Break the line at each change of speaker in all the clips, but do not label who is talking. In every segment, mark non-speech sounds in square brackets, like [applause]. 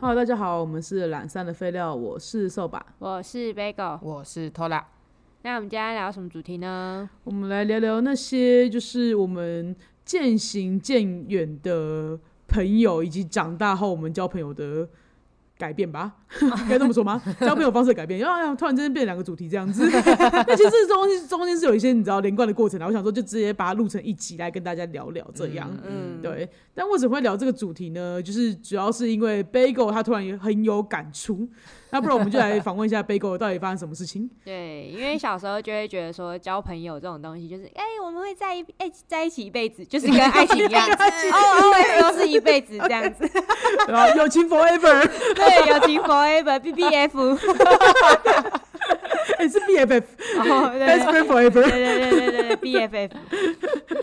Hello，大家好，我们是懒散的废料，我是瘦吧。
我是 Bagel。
我是 Tola，
那我们今天聊什么主题呢？
我们来聊聊那些就是我们渐行渐远的朋友，以及长大后我们交朋友的改变吧，该这么说吗？交朋友方式的改变，然后突然之间变两个主题这样子。那其实这中间中间是有一些你知道连贯的过程啊的，我想说就直接把它录成一集来跟大家聊聊这样。
嗯，
对，但为什么会聊这个主题呢？就是主要是因为 Bagel 他突然也很有感触，那不然我们就
[laughs]
来访问一下 Bagel 到底发生什么事情。，
对，因为小时候就会觉得说交朋友这种东西，就是 [laughs] 哎、我们会在一哎、在一起一辈子，就是跟爱情一样 [laughs] 哦，always 都是一辈子这样 [laughs] 子。
然后友情 forever， [laughs]
对，友情 forever B B [laughs] F。
哎、是 BFF，best
哦，对
friend forever。
对对对对对 B F F。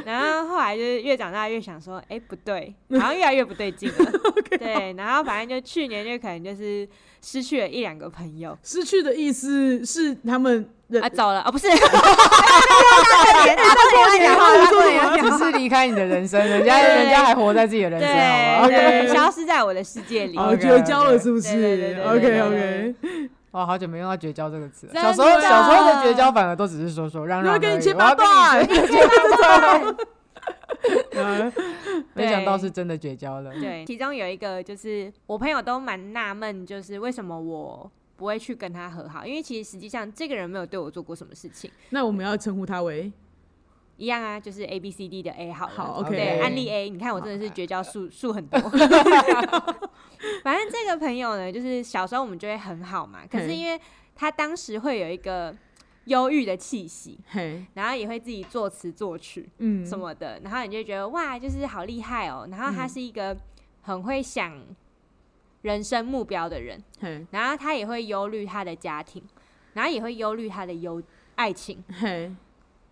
然后后来就是越长大越想说，哎、不对，好像越来越不对 [laughs] 劲了。对，然后反正就去年就可能就是失去了一两个朋友
[laughs] 失去的意思是他们的
啊，走了啊，不是，大年大过年
话
大
过
过
年
年
要
要
讲
讲
只是离开你的人生，人家
对
人家还活在自己的人生，
对
好吗？
OK
对，消失在我的世界里。
哦
OK，OK
绝交了，是不是
对对对对
？OK
对
OK， [laughs]
哇，好久没用到绝交这个词了。
真
小
的
时候小时候的绝交反而都只是说说让
我要
让而已，
跟你牵
我要
八
跟
段
对
你，
[laughs] 对对
啊
没想到是真的绝交了。
对，其中有一个就是我朋友都蛮纳闷，就是为什么我不会去跟他和好，因为其实实际上这个人没有对我做过什么事情，
那我们要称呼他为
一样啊，就是 A B C D 的 A 好了，
好
对
，OK，
对，
OK
案例 A，你看我真的是绝交数数很多。 [laughs] 反正这个朋友呢，就是小时候我们就会很好嘛，可是
嘿
因为他当时会有一个忧郁的气息，
嘿，
然后也会自己作词作曲
嗯，
什么的，然后你就会觉得哇，就是好厉害哦。然后他是一个很会想人生目标的人，
嘿
然后他也会忧虑他的家庭，然后也会忧虑他的忧爱情，
嘿，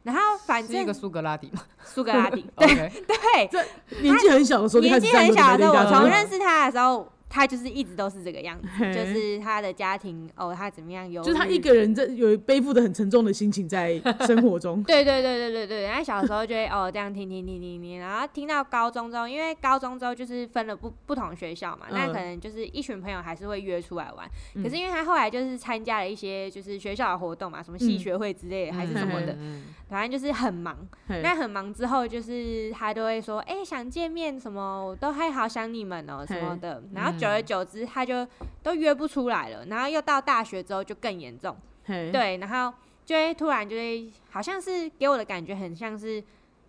然后反
是一
正
个苏格拉底嘛，
苏格
[laughs]
拉底
，OK，
[laughs]
哦
对，
年纪很小的时候就开
年
始
纪
这样
很
子没
小的时
人
候，
家
我
了
从认识他的时候，他就是一直都是这个样子，
嘿
就是他的家庭哦，他怎么样有，
就是他一。个人在有背负的很沉重的心情在生活中
[laughs] ，对对对对对对，然后小时候就会哦这样听听听听听，然后听到高中之后，因为高中之后就是分了不不同学校嘛，那
嗯
可能就是一群朋友还是会约出来玩，
嗯
可是因为他后来就是参加了一些就是学校的活动嘛，什么戏
嗯
学会之类的、还是
嗯
什么的，
嗯
反正就是很忙，
嘿
那很忙之后，就是他都会说，哎、想见面什么，我都还好想你们哦、什么的。
嗯
然后久而久之，他就都约不出来了。然后又到大学之后就更严重，
嘿，
对，然后就会突然就会，好像是给我的感觉很像是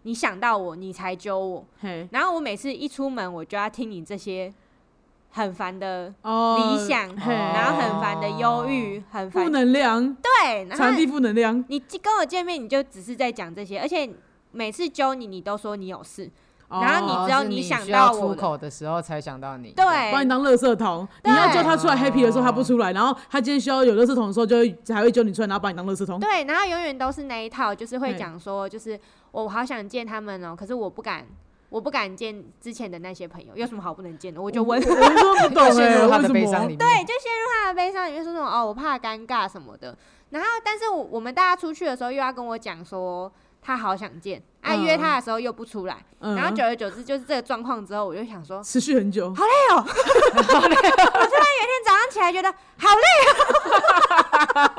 你想到我，你才揪我。
嘿，
然后我每次一出门，我就要听你这些很烦的
哦，
理想，
嘿
然后很烦的忧郁，很
负
烦
能量，
对，然后
传递负能量，
你跟我见面，你就只是在讲这些，而且每次揪你，你都说你有事，然
哦
后你
哦
只要
是
你
你
想
需要
到我
出
的
口的时候才想到你，
对，
把你当垃圾桶，你要
对
叫他出来
哦
happy 的时候他不出来，然后他今天需要有垃圾桶的时候就会才会揪你出来，然后把你当垃圾桶。
对，然后永远都是那一套，就是会
对
讲说，就是我好想见他们哦、可是我不敢，我不敢见之前的那些朋友，有什么好不能见的？我就
[laughs]
问
我说不懂
又
哎、
陷入他的
为
悲
什么？
伤里面。对，
他的悲伤里面说那种哦，我怕尴尬什么的。然后，但是我我们大家出去的时候，又要跟我讲说他好想见，啊
嗯
约他的时候又不出来，
嗯
然后久而久之就是这 [laughs] 个状况之后，我就想说，
持续很久，
今天早上起来觉得好累。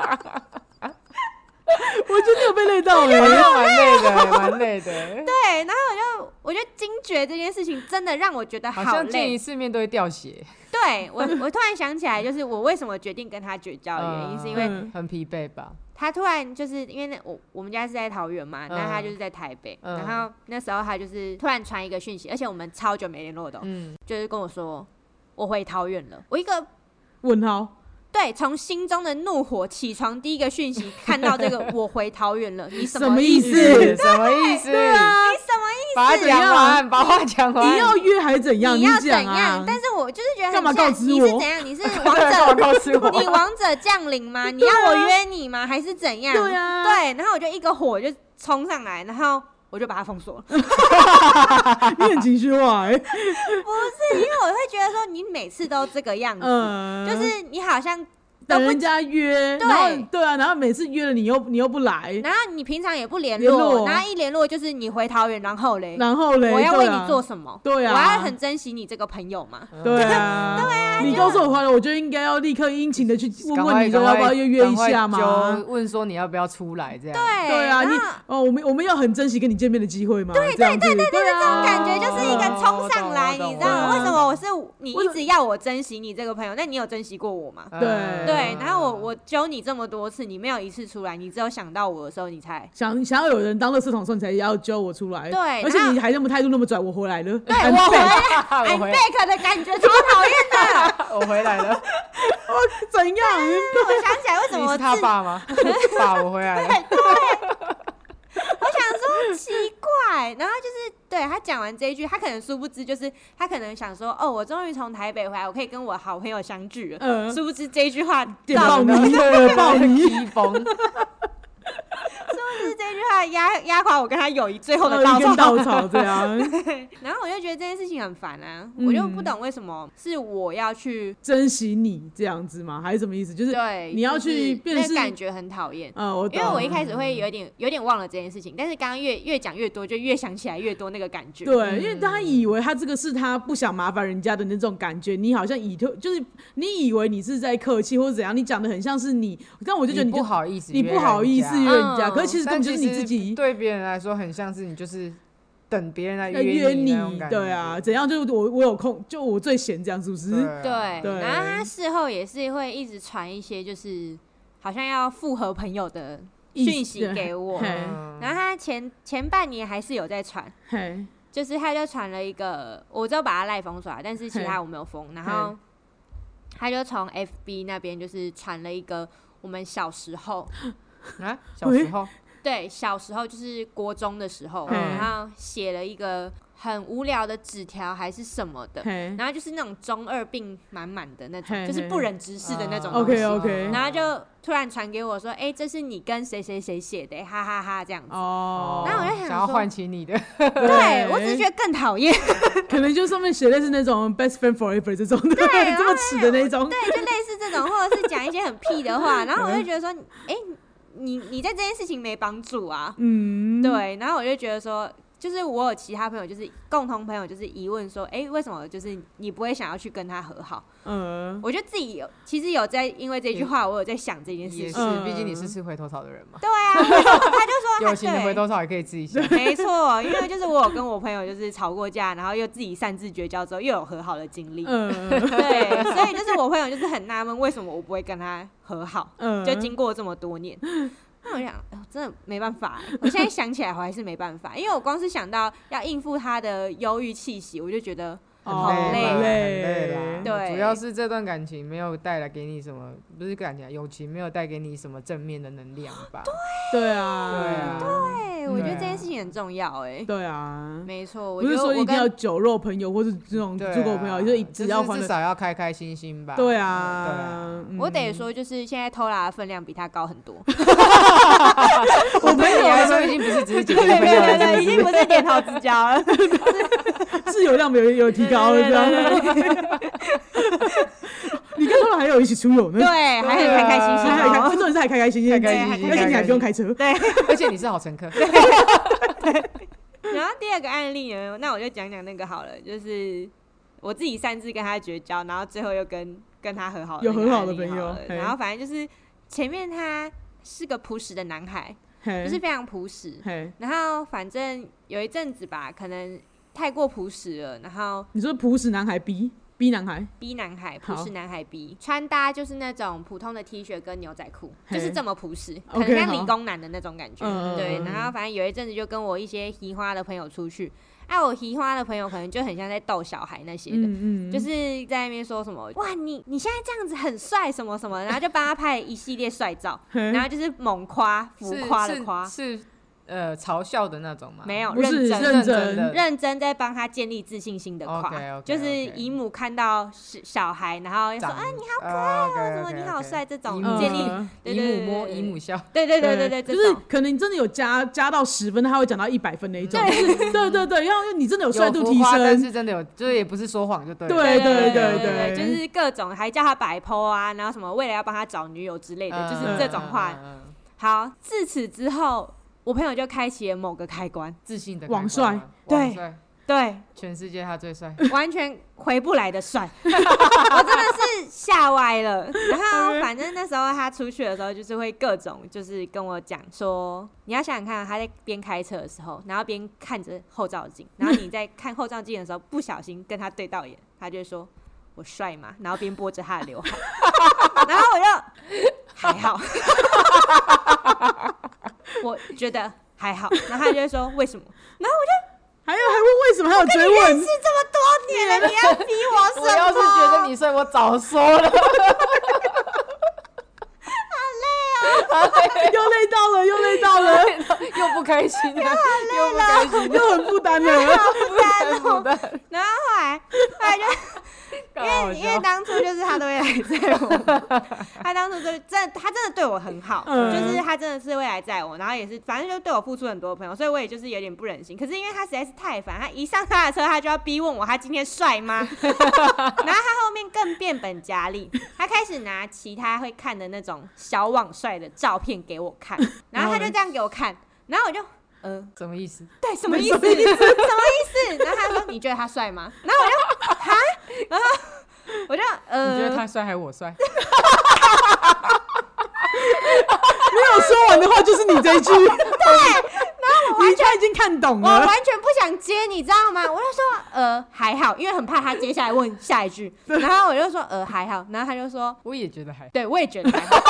我觉得你有被累到哎、
蛮累的，蛮累的。
对，然后我就我就惊觉这件事情真的让我觉得
好
好
像见一
累。
次面都会掉血，
对我， [laughs] 我突然想起来，就是我为什么决定跟他绝交的原因，是因为
嗯
很疲惫吧？
他突然就是因为那我我们家是在桃园嘛，那他
嗯
就是在台北，
嗯
然后那时候他就是突然传一个讯息，而且我们超久没联络的哦、
嗯，
就是跟我说我回桃园了，我一个。
问号，
对，从心中的怒火起床，第一个讯息看
[laughs]
到这个“我回桃园了”，你什
什么
么
意
意
思
思？
是
什么意思？对啊，
你什么意
[laughs] 把它讲完，把话讲完。
你要约还是怎样？
啊你要怎
讲
样
啊？？
但是我就是觉得
干
很
嘛
像，
告知
你是
我啊
怎
[laughs]
样？你是王
对
者
我告诉我，
你王者降临吗？你要我约你吗？还是怎样？
对啊
对然后我就一个火就冲上来，然后我就把他封
[laughs]
锁了。
你很情绪化
[laughs]
哎、
不是，因为我会觉得说你每次都这个样子，
嗯，
就是你好像
都
等
不
人家约，
对
然后对啊，然后每次约了你又你又不来，
然后你平常也不联
联络
络，然后一联络就是你回桃园，然后嘞，
然后嘞，
我要为
对啊
你做什么？
对啊
我要很珍惜你这个朋友嘛。
[laughs]
[laughs]
对啊，对啊，你告诉我回来，我就应该要立刻殷勤的去问问你说要不要约约一下嘛
就。问说你要不要出来这样。
对
对啊，
然
你
后
哦，我们我们要很珍惜跟你见面的机会嘛。对对对对啊对
这种感觉就是一个冲上来，
哦懂
你知道吗？
懂
为什么我是你
为
一
什
直要我珍惜你这个朋友？那你有珍惜过我吗？
嗯
对
对，然后我我揪你这么多次，你没有一次出来，你只有想到我的时候，
[laughs]
你才
想想要有人当垃圾桶的时候，你才要揪我出来。
对
而且
然后
你还那么态度那么拽，我回来了。对
对我回 [laughs] 来
哎 [laughs] 我
，I'm
回
back 的感觉超讨厌
哎
的。
[laughs] 我回来了，
[laughs] 怎 [laughs] 样？
我想起来为什么
你
我
是
自
他爸吗？ [laughs] 爸，我回
[laughs]
来了。
我想说奇怪，然后就是对他讲完这一句，他可能殊不知就是他可能想说，哦，我终于从台北回来，我可以跟我好朋友相聚了。
嗯
殊不知这一句话
电爆
造
[laughs]
你，爆你，
披风，
殊不知这句话压压垮我跟他友谊最后的
呃哦一
稻
根
草。
稻草这样， [laughs]
然后我就觉得这件事情很烦啊，
嗯
我就不懂为什么是我要去
珍惜你这样子吗？还是什么意思？就是
对，
你要去
就是
变成
那
是
感觉很讨厌。
呃，我
因为
懂
我一开始会有点有点忘了这件事情，但是刚刚越越讲越多，就越想起来越多那个感觉。
对，因为他以为他这个是他不想麻烦人家的那种感觉，你好像以特就是你以为你是在客气或者怎样，你讲的很像是你，但 [laughs] 我就觉得你
不
就
好意思，
你不好意思约人家，
嗯
可是其实根
但
本就
其
是
实
你自己
对别人来说，很像是你就是等别人来
在约
你
你
那种感，觉，
对啊，怎样就我我有空就我最闲这样是不是？
对，
对啊
然后他事后也是会一直传一些就是好像要复合朋友的
意思
讯息给我，
嘿
嗯
然后他前前半年还是有在传，
嘿，
就是他就传了一个，我只有把他赖封出来，但是其他我没有封，然后他就从 FB 那边就是传了一个。我们小时候，
啊，小时候
对小时候就是国中的时候，
嘿
然后写了一个很无聊的纸条还是什么的，
嘿，
然后就是那种中二病满满的那
嘿
种，就是
嘿
不忍直视的那种
啊
东西。
OK，OK
然后就突然传给我说：“哎、这是你跟谁谁谁写的、哈哈哈这样子。
哦，
然后我就想
想要
说
唤起你的，
对我只是觉得更讨厌，
可能就上面写的是那种 best friend forever 这种的，
对
这么耻的那种，
对，就类似这种，或者是讲一些很屁
[laughs]
的话，然后我就觉得说：“哎、你你在这件事情没帮助啊。
嗯，
对，然后我就觉得说。就是我有其他朋友，就是共同朋友，就是疑问说，哎、为什么就是你不会想要去跟他和好？
嗯，
我就自己有，其实有在因为这句话，我有在想这件事
也
情。
是，毕竟你是吃回头草的人嘛，
对啊，为什么他就说
[laughs]
友情的
对
回头草也可以自己想。
[laughs] 没错，因为就是我有跟我朋友就是吵过架，然后又自己擅自绝交之后，又有和好的经历。
嗯
对，所以就是我朋友就是很纳闷，为什么我不会跟他和好？
嗯，
[laughs] 就经过这么多年，那我想，哎呦真的没办法欸。我现在想起来，我还是没办法，因为我光是想到要应付他的忧郁气息，我就觉得
呃好
很累
很
累
累啦。
对
主要是这段感情没有带来给你什么，不是感情啊，友情没有带给你什么正面的能量吧？
对啊，
对啊，
对，我觉得
对啊
这件事情很重要。哎，
对啊，
没错，我
不
觉
是
得
说
我
一定要
跟
酒肉朋友或是这种
对啊
猪狗朋友，就是只要欢
至
乐，
少要开开心心吧。
对
对
啊
啊，
嗯
我得，说，就是现在偷拉的分量比他高很多。
我朋友来说已经不是只是姐妹朋友了，
已经不是点头之交了。
自由量没
[laughs]
有有提高了，这样。你跟他们还有一起出游呢，
对，还很开开心心
还还还，
哦。
重点是还开开心心，
啊开开
心心
而且你还不用
开
开车，
而且你是好乘客，
[laughs]
然后第二个案例呢，那我就讲讲那个好了，就是我自己擅自跟他绝交，然后最后又跟跟他和好的
有
那个案例
和
好
好的朋友
了
嘿
然后反正就是前面他是个朴实的男孩，
嘿
就是非常朴实。
嘿，
然后反正有一阵子吧，可能太过朴实了，然后
你说朴实男孩 B B 男孩，
B 男孩，
好
朴实男孩 B，穿搭就是那种普通的 T 恤跟牛仔裤，
嘿
就是这么朴实，可
OK，
能像
好
理工男的那种感觉。
嗯嗯
对，
嗯
然后反正有一阵子就跟我一些移花的朋友出去，啊，我移花的朋友可能就很像在逗小孩那些的。
嗯嗯，
就是在那边说什么哇，你你现在这样子很帅什么什
[laughs] 嗯
么，然后就帮他拍了一系列帅照，
嘿
然后就是猛夸浮夸的夸，
是呃嘲笑的那种吗？
没有
不是
认真
认
真的
认真在帮他建立自信心的夸
OK，OK，OK
就是姨母看到小小孩，然后说
长，
啊
你好可爱哦，
什么你好帅，这种
姨母
建立，
呃
对
姨母
对
摸，
对
姨母 [laughs] 笑，
对对对对对，
就
这
是
种
可能你真的有加加到十分，他会讲到一百分那一种。就是对对对，要你真的有帅度
浮
提
夸但
升，
是真的有，就是也不是说谎就对了。
对
对
对对
对就是各种还叫他摆 PO 啊，然后什么为了要帮他找女友之类的，
嗯
就是这种话。
嗯嗯嗯
好，自此之后，我朋友就开启了某个开关，
自信的
网
开关吗，
帅
网
对
帅，
对，
全世界他最帅。
完全回不来的帅，我真的是吓歪了。然后反正那时候他出去的时候，就是会各种就是跟我讲说，你要想想看，他在边开车的时候，然后边看着后照镜，然后你在看后照镜的时候不小心跟他对到眼，他就会说。我帅嘛，然后边拨着他的刘海，然后我就还好， [laughs] 我觉得还好，然后他就会说为什么？
还有还问为什么，还有追问，
多年了，你要逼我什么？
我要是觉得你帅，我早说了。 [laughs]
[laughs] 又累到了，又累到
[laughs]
了，
又不开心
[laughs]
了，又不开心
又很负担了。
哦
了，不担
然后后来，后来就
搞
因
好
为因为
笑。
当初就是他都会来载我，
[laughs]
他当初就真的他真的对我很好，
嗯
就是他真的是会来载我，然后也是反正就对我付出很多的朋友，所以我也就是有点不忍心。可是因为他实在是太烦，他一上他的车他就要逼问我他今天帅吗？
[laughs]
然后他后面更变本加厉，他开始拿其他会看的那种小网帅的照片给我看，然后他就这样给我看，然后我就呃。
什么意思？
对，什么意思？什么意思？然后他说：“你觉得他帅吗？”然后我就哈，然后
你觉
我
得
就呃，
他帅还是我
[laughs]
帅？
没有说完的话就是你这一句。对，然后我你他已经看懂
我
了，
完全不想接，你知道吗？我就说：“呃，还好，因为很怕他接下来问下一句。”然后我就说：“呃，还好。”然后他就说
我也觉得还：“。
对，我也觉得还
[laughs]
好。”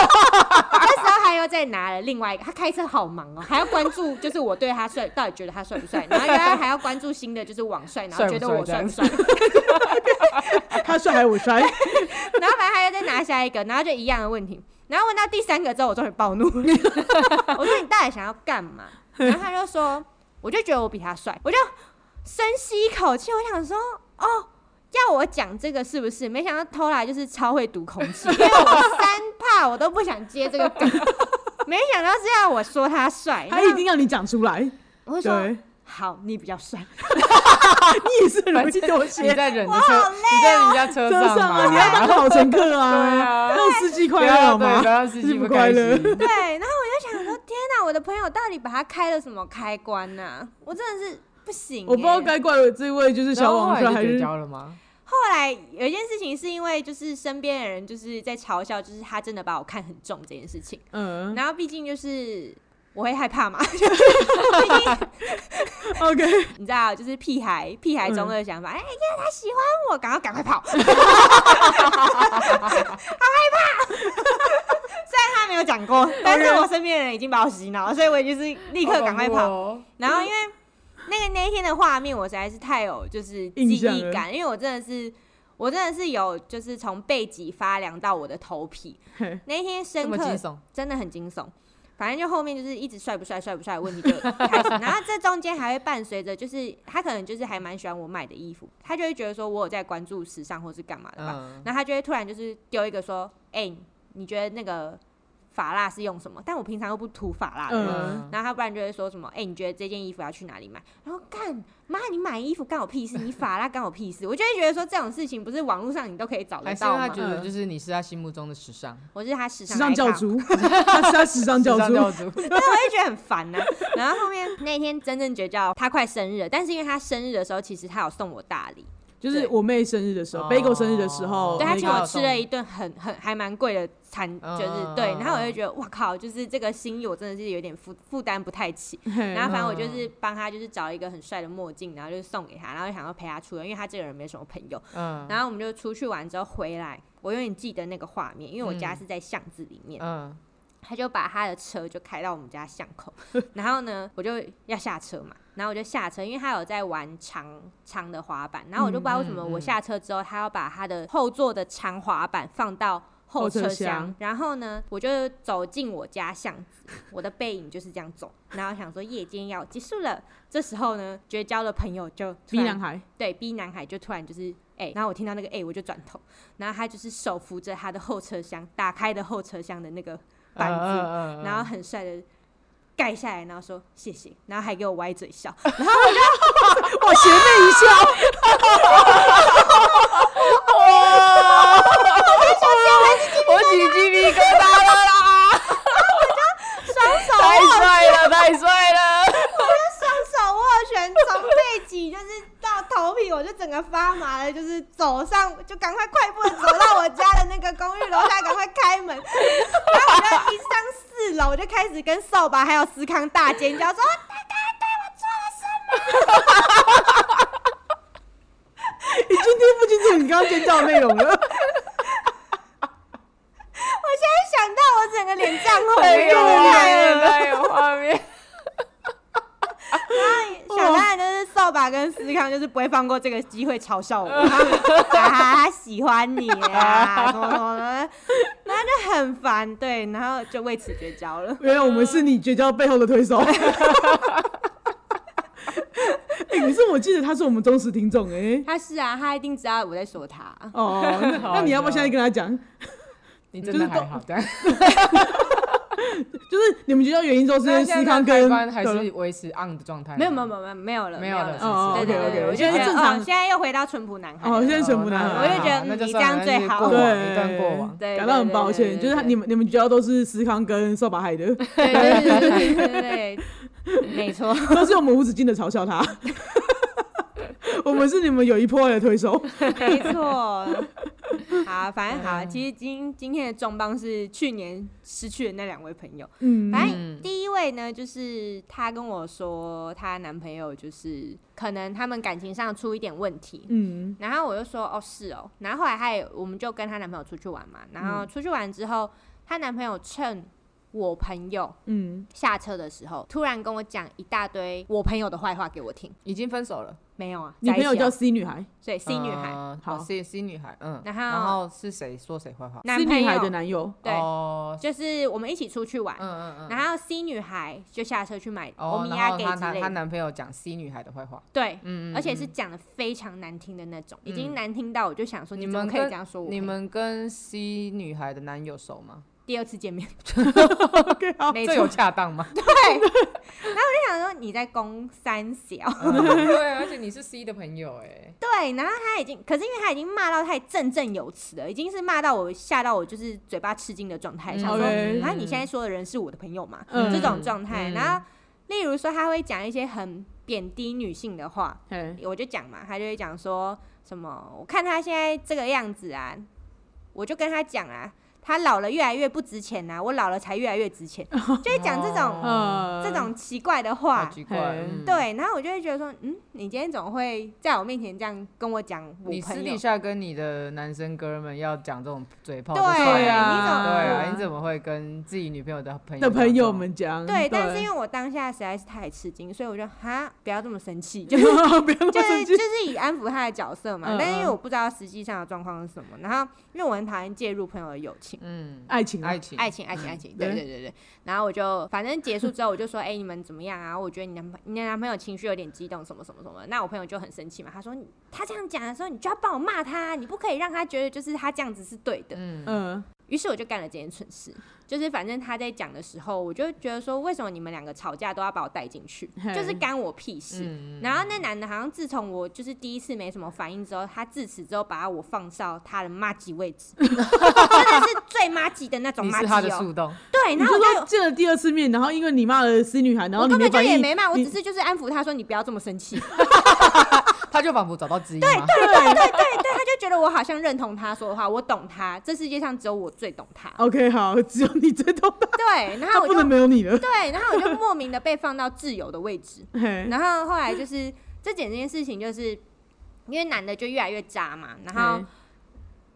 那时候他又再拿了另外一个，他开车好忙哦，还要关注就是我对他帅到底觉得他帅不帅，然后原来还要关注新的就是网帅，然后觉得我帅不帅，
他帅还是我帅？
然后反正他又再拿下一个，然后就一样的问题。然后问到第三个之后，我终于暴怒了。 [laughs] 我说：“你到底想要干嘛？”然后他就说：“我就觉得我比他帅。”我就深吸一口气，我想说：“哦，要我讲这个是不是？”没想到偷来就是超会读空气，因为我三怕我都不想接这个梗。 [laughs] 没想到是要我说他帅，
他一定要你讲出来。
我会说
对，
好，你比较帅。 [laughs]
你也是很容易妥
你
协。
在人的
哦
车，你在人家车
车上啊，
嘛，
你要当好乘客
对
啊，
啊
让司机
不
快乐
要
好
对，啊
吗
不？要让司
日
机
不
不
快
开
乐
心。
对，然后我就想说：“天哪，我的朋友到底把他开了什么开关呢、我真的是不行欸、
我不知道该怪我这位就是小王帅
然后后
还
来就绝
是
交了吗？
后来有一件事情是因为就是身边的人就是在嘲笑，就是他真的把我看很重这件事情。
嗯
然后毕竟就是我会害怕嘛， [laughs]
，OK，
你知道，就是屁孩屁孩中二的想法，哎呀、他喜欢我，赶快赶快跑，好害怕。 [laughs] 虽然他没有讲过，但是我身边的人已经把我洗脑，所以我也就是立刻赶快
好
跑
恐。怖哦。
然后因为那个那一天的画面，我实在是太有就是记
印象
忆
了
感，因为我真的是我真的是有就是从背脊发凉到我的头皮，
嘿
那一天
这
深
么
刻
惊悚，
真的很惊悚。反正就后面就是一直帅不帅帅不帅的问题就开
[laughs]
始，然后这中间还会伴随着就是他可能就是还蛮喜欢我买的衣服，他就会觉得说我有在关注时尚或是干嘛的吧，
嗯，
然后他就会突然就是丢一个说，哎、你觉得那个发蜡是用什么？但我平常又不涂发蜡的人，
嗯
然后他不然就会说什么，哎、你觉得这件衣服要去哪里买？然后干妈，你买衣服干我屁事，你法拉干我屁事。我就会觉得说这种事情不是网络上你都可以找得
还是因为
到
他
吗
觉？得就是你是他心目中的时尚，
我是他时
[laughs] 时
尚
尚教，
icon
主，他是他时尚教
时
主，
尚教主，
[laughs] 对，我就觉得很烦呐、然后后面那天真正绝交，他快生日了，但是因为他生日的时候，其实他有送我大礼，
就是我妹生日的时候
哦
，Bagel 生日的时候，
对他
那
请
个
我吃了一顿很很还蛮贵的餐，
嗯
就是对，然后我就觉得哇靠，就是这个心意我真的是有点负负担不太起。
嗯
嘿
然后反正我就是帮他就是找一个很帅的墨镜，然后就送给他，然后想要陪他出游，因为他这个人没什么朋友。
嗯
然后我们就出去玩之后回来，我永远记得那个画面，因为我家
嗯
是在巷子里面，
嗯，
他就把他的车就开到我们家巷口， [laughs] 然后呢，我就要下车嘛，然后我就下车，因为他有在玩长长的滑板，然后我就不知道为什么
嗯嗯
我下车之后，他要把他的后座的长滑板放到后
车
车
厢
厢，然后呢，我就走进我家巷子，我的背影就是这样走，然后想说夜间要结束了，这时候呢，绝交的朋友就突
B
然
男孩，
对 B 男孩就突然就是哎、然后我听到那个哎、我就转头，然后他就是手扶着他的后车厢，打开的后车厢的那个板子，
嗯
然后很帅的盖下来，然后说谢谢，然后还给我歪嘴笑，然后
哇，邪魅一笑，
我起鸡皮疙瘩了
[laughs]
啦！ [laughs] 太帅了，太帅了！
[laughs] 双手握拳，从背脊就是到头皮，我就整个发麻了，就是走上，就赶快快步地走到我家的那个公寓楼下，赶快开门。然后我就一上四楼，我就开始跟扫把还有思康大尖叫说：“大哥，对
已经听不清楚你刚刚尖叫的内容
[laughs]
了。
我做了什么？”我现在想到，我整个脸涨红，
太有画
对
面，太有画面！
不对？想当然就是扫把跟思康就是不会放过这个机会嘲笑我，他们啊，他喜欢你啊，什么什么的，然后就很烦，对，然后就为此绝交了。
原来我们是你绝交背后的推手。 [laughs] 哎、可是我记得他是我们忠实听众哎、
他是啊，他一定知道我在说他。
哦，那
好
那你要不要现在跟他讲？
你真的还好，但
就是你们绝交原因之后是因为思康跟
关还是维持 on 的状态吗，
没有没有没有没有没有了
没有
了。
了是不是
哦
对对对对，
OK，OK，
我就觉得
正常
哦现在又回到淳朴男孩了。
哦，现在
哦，
全部拿
那
了。
我就觉得
那就
你
算
这样
了
最
那是
好
了
过往
对
一段过往，
对，
感到很抱歉，就是他你
们。
们你们绝交都是思康跟扫把害的， [laughs]
对对对对对对对，没错。
都是我们无止境的嘲笑
[laughs]
他。我们是你们有一破的推手，
没
[laughs]
错，好，反正
嗯
好，其实今今天的重磅是去年失去的那两位朋友。
嗯，
反
嗯
正第一位呢，就是她跟我说，她男朋友就是可能他们感情上出一点问题，
嗯，
然后我就说哦是哦，然后后来她也我们就跟她男朋友出去玩
嗯
嘛，然后出去玩之后，她男朋友趁我朋友
嗯，
下车的时候，突然跟我讲一大堆我朋友的坏话给我听，
已经分手了。
没有啊，
你朋友
在
叫
一起啊
C 女孩，
所以 C 女孩、
嗯
好
哦，C C 女孩，嗯，
然后
然后是谁说谁坏话？
男
C
朋
女孩的
友，
男友，
对
哦，
就是我们一起出去玩，
嗯嗯嗯，
然后 C 女孩就下车去买欧
哦，
米
然
亚
后
给
她
之
她
类
她
的，
男朋友讲 C 女孩的坏话，
对。
嗯，嗯
而且是
嗯
讲的非常难听的那种，已
嗯
经难听到我就想说，
你
怎么
们
可以
跟
这样说我？
你们跟 C 女孩的男友熟吗？
第二次见面，
[laughs] OK，好，
没
这
错，
哦有恰
[laughs]
当吗？
想说你在攻三小， [laughs]
嗯对，而且你是 C 的朋友哎，
对，然后他已经，可是因为他已经骂到太振振有词了，已经是骂到我吓到我就是嘴巴吃惊的状态，
嗯
想说，
OK
啊，你现在说的人是我的朋友嘛？
嗯
这种状态，
嗯
然后例如说他会讲一些很贬低女性的话，
哎，
我就讲嘛，他就会讲说什么，我看他现在这个样子啊，我就跟他讲啊，他老了越来越不值钱啊，我老了才越来越值钱，就会讲这种、
呃，
哦
这种奇怪的
好
话，
奇怪
嘿，
嗯，
对，然后我就会觉得说，嗯，你今天怎么会在我面前这样跟我讲我
你私
朋
底
友？
下跟你的男生哥们要讲这种嘴炮就
对
算了
啊
你怎么
对啊，
嗯
你怎么会跟自己女朋友的朋友
的
讲
朋
这
友
种？
们讲，
对，但是因
为
为我当下实在是太吃惊，所以我就哈，不要这么生气，就是
[laughs] 不要那么
就是
生
就
气，
是以安抚他的角色嘛。
嗯
但是因为
嗯
我不知道实际上的状况是什么，然后因为我很讨厌介入朋友的友情。
嗯，
爱情啊，
爱情，
爱情，爱情，爱
[laughs]
情，对
对
对对对。然后我就反正结束之后，我就说，哎、你们怎么样啊？我觉得你男朋你的男朋友情绪有点激动，什么什么什么的。那我朋友就很生气嘛，他说你嗯他这样讲的时候，你就要帮我骂他，你不可以让他觉得就是他这样子是对的。
嗯，
嗯，
于是我就干了这件蠢事，就是反正他在讲的时候，我就觉得说，为什么你们两个吵架都要把我带进
[laughs]
去
嘿，
就是干我屁事。
嗯
然后那男的好像自从我就是第一次没什么反应之后，他自此之后把我放到他的妈吉位
[laughs]
置，真的是最妈吉的那种
你
妈
是他
吉
的
哦。
树洞，
对，
你
然
就
后我
说
就
见了第二次面，然后因为你骂了 C 女孩，然后
我
你
根
没
本就
反
也
应，
没骂，我
你
只是就是安抚他说你不要这么生气。
他就仿佛找到知音嘛，
对 [laughs] 对对对，他就觉得我好像认同他说的话，我懂他，这世界上只有我最懂他。
OK，好，只有你最懂他，
对，然后
他
我
不
就
能没有你
[laughs]
了。
对，然后我就莫名的被放到挚友的位置。
嘿，
然后后来就是这整件事情，就是因为男的就越来越渣嘛，然后
嘿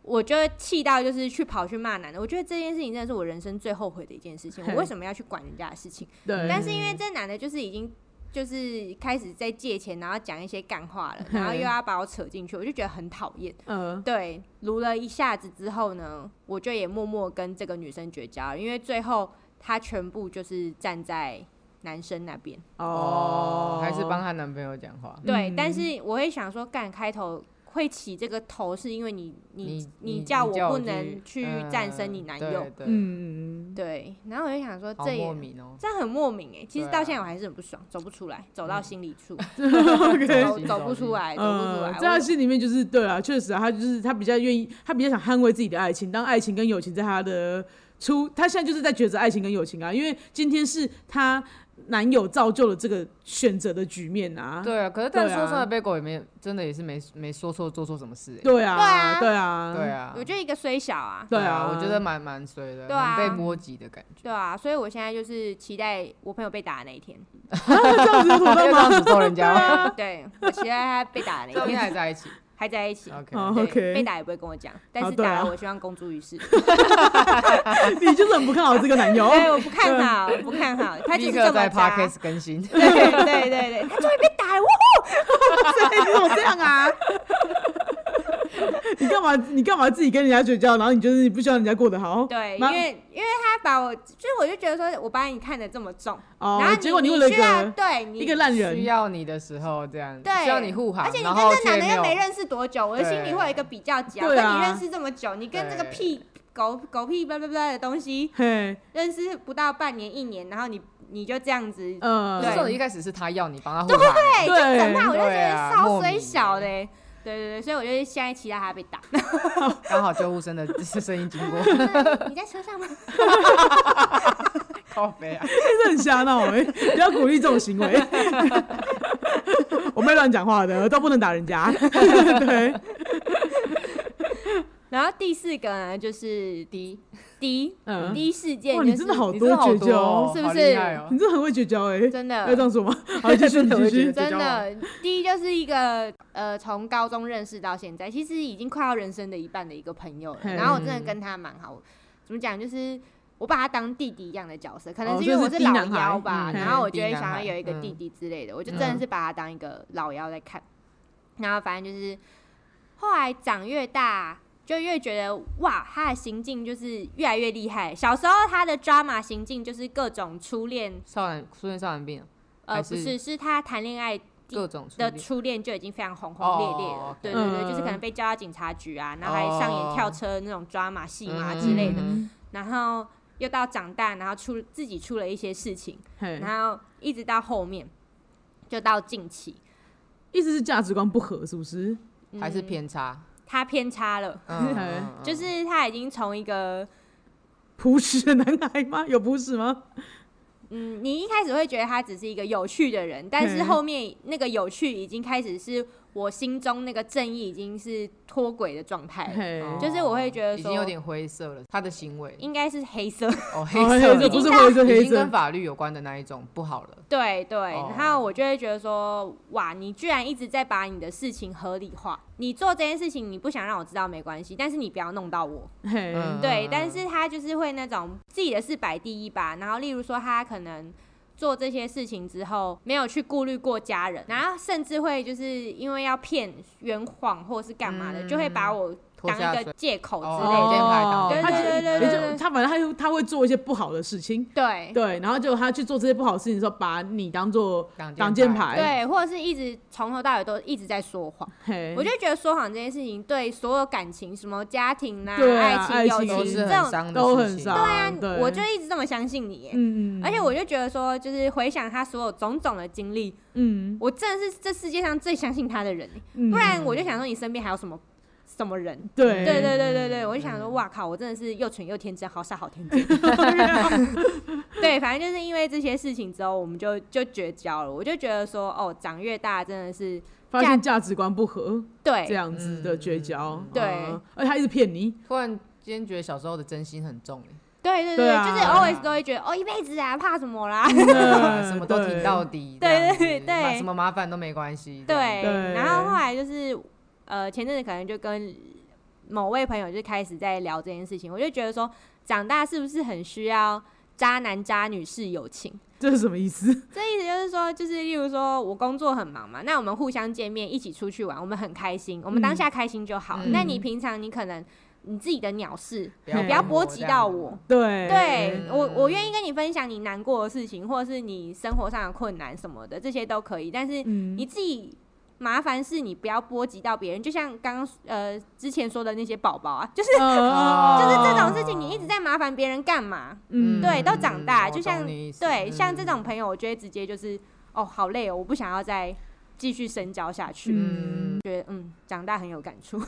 我就气到就是去跑去骂男的。我觉得这件事情真的是我人生最后悔的一件事情。
嘿
嗯
我为什么要去管人家的事情？
对，
但是因为这男的就是已经就是开始在借钱，然后讲一些干话
[laughs]
了，然后又要把我扯进去，我就觉得很讨厌。
呃，
对，撸了一下子之后呢，我就也默默跟这个女生绝交了，因为最后她全部就是站在男生那边。
嗯
哦，
还是帮她男朋友讲话。
对，
嗯
但是我会想说，干开头会起这个头，是因为你你
你
叫
我嗯
不能去战胜你男友。
嗯对对，
嗯，
对，然后我就想说，
好
这
莫
也
名哦。
这很莫名哎、其实
对
到
啊嗯
现在我还是很不爽，走不出来，走到心里处， [laughs]
嗯 [laughs] OK
走
心
走
走
不
心
出来，走不出
呃
来，。
在他
我
心里面就是对啊，确实啊，他就是他比较愿意，他比较想捍卫自己的爱情。当爱情跟友情在他的出，他现在就是在抉择爱情跟友情啊，因为今天是他男友造就了这个选择的局面啊。
对啊，可是
对啊
但说出来被狗也没真的也是没没说错做错什么事欸。
对啊，
对
对啊，
对啊，
我觉得一个虽小啊，
对
啊，
啊，
我觉得蛮蛮衰的，
对啊
蛮被波及的
[laughs]
感觉。
对啊，所以我现在就是期待我朋友被打的那
[laughs]
一天。
这样子有妥当
要这
吗
样诅咒人家吗，
啊
对，我期待他被打的那
到
一
现在
天，
还在一起。
还在一起。
OK，
好
对
哦 OK
被打也不会跟我讲，但
好
是
对
打
啊
了我希望公诸于世。
[laughs] 你就是很不 [laughs] 看好这个男友。
[laughs] 对，我不看好，我不看好，他就是
立刻
这么
在
渣。
Podcast 更
[laughs]
新。
对对对对，他终于被打了，我
你怎么这样啊？ [laughs] 你干嘛？你干嘛自己跟人家绝交？然后你就是你不希望人家过得好？
对，因
那
为因为他把我，就是我就觉得说我把你看得这么重，
哦
然后，
结果
你
为了一
居然
个
对你
一个烂
需
人，
要你的时候，这样
对
需要你护航，
而且你
然
跟
后
这男
却
的又
没
没
有
认识多久，我的心里
对
会有一个比较级啊。
对
跟
啊
你认识这么久，你跟这个
对
屁狗狗屁叭叭叭的东西
嘿，
认识不到半年一年，然后你你就这样子，
呃，
不
对
是重点一开始是他要你帮他护航，
对，就
对
整怕我就觉
对
得
啊
烧
莫
虽
名
小的欸。对对对，所以我就现在期待
[laughs]
他被打。
刚好救护生的 [laughs] 声音经过，
你在车上吗？
靠背啊，
真的很瞎闹哎、 [laughs] 不要鼓励这种行
[laughs]
为。我没乱讲话的，都不能打人
[laughs]
家。对，
然后第四个呢，就是第第
嗯，
第一事件
哇，
就是
你真的好
你真的好
绝
多
交
哦，
哦，
是不
好
是
厉害哦
你真的很会绝交哎、
真
要这
的
样说吗？好，继续，
真的
你
会
继续
[laughs] 觉。
真
交往
的，第一就是一个呃，从高中认识到现在，其实已经快要人生的一半的一个朋友了。
嘿
然后我真的跟他蛮好，怎么讲就是。我把他当弟弟一样的角色，可能
哦
是因为我
就是
老
低男孩
幺
嗯
吧，然后我就
低
会
男
想要
孩
有一个
嗯
弟弟之类的，我就真的
嗯
是把他当一个老幺在看。然后反正就是后来长越大，就越觉得哇，他的行径就是越来越厉害。小时候他的 drama 行径就是各种初恋，
少男出现少男病啊，
呃，
还
不
是
是，是他谈恋爱
各种出
的
现
初恋就已经非常轰轰烈烈了
哦
对对对，就是可能
嗯
被叫到警察局啊，然后还上演跳车那种抓马戏嘛之类的，
嗯
然后又到长大，然后出自己出了一些事情，
嘿，
然后一直到后面就到近期，
意思是价值观不合，是不是？
嗯
还是
[laughs]
偏差，
他偏差了，
嗯，
还
嗯嗯
就是他已经从一个
朴实的男孩吗？有朴实吗？
嗯，你一开始会觉得他只是一个有趣的人，但是
嗯
后面那个有趣已经开始是我心中那个正义已经是脱轨的状态了，
嘿，
哦
哎就是我会觉得
已
说
经有点灰色了，他的行为
应该是黑色。
哦黑
哦
色
色
的
不
已
是
经
灰色，黑
已经跟
色。
法律有关的那一种不好了，
对对，
哦
然后我就会觉得说，哇，你居然一直在把你的事情合理化，你做这件事情你不想让我知道没关系，但是你不要弄到我。
嘿，
嗯
对，但是他就是会那种自己的事摆第一吧，然后例如说他可能。做这些事情之后，没有去顾虑过家人，然后甚至会就是因为要骗圆谎或是干嘛的，
嗯
就会把我
拖
当
下
一
水
个。借口之
哦
类的。
电台党
他
对对对对对哎
也就他反正他就他会做一些不好的事情，
对
对，然后就他去做这些不好的事情的时候，把你当做
挡
挡
箭
箭牌
对，或者是一直从头到尾都一直在说谎。
嘿，
我就觉得说谎这件事情对所有感情，什么家庭呐、
对啊
情、
爱
友
情
都
情
是
这
很
种，
伤的
都
事
很
情
伤，对
啊我就一直这么相信你耶。
嗯嗯，
而且我就觉得说，就是回想他所有种种的经历，
嗯，
我真的是这世界上最相信他的人耶。欸
嗯
不然我就想说，你身边还有什么什么人？
对
对对对对对，我就想说，
嗯
哇靠，我真的是又蠢又天真，好傻好天真。 [laughs] 对，反正就是因为这些事情之后，我们就就绝交了。我就觉得说，哦，长越大真的是
[laughs] 发现价值观不合
对
这样子的绝交
嗯，
对
嗯而且他一直骗
[laughs]
你，
突然间觉得小时候的真心很重欸，
对对
对啊
就是 always 都会觉得哦，一辈子啊，怕什么啦？
对
[laughs] 什么都挺到底，
对
这样
对
子
对
嘛什么麻烦都没关系，这样
对，
子
对
然后后来就是呃，前阵子可能就跟某位朋友就开始在聊这件事情，我就觉得说，长大是不是很需要渣男渣女式友情？
这是什么意思？
这意思就是说，就是例如说我工作很忙嘛，那我们互相见面，一起出去玩，我们很开心，我们当下开心就好。
嗯
那你平常你可能你自己的鸟事，
嗯
不要波及到我。
对
对
嗯
我，我愿意跟你分享你难过的事情，或者是你生活上的困难什么的，这些都可以。但是 [laughs]
嗯
你自己麻烦是你不要波及到别人，就像刚刚呃之前说的那些宝宝啊，就是
呃
就是这
哦
种事情，你一直在麻烦别人干嘛？
嗯
对都长大
嗯我
就像
懂你意思
对，像这
嗯
种朋友，我就会直接就是哦，好累哦，我不想要再继续深交下去。
嗯，
觉得嗯，长大很有感触。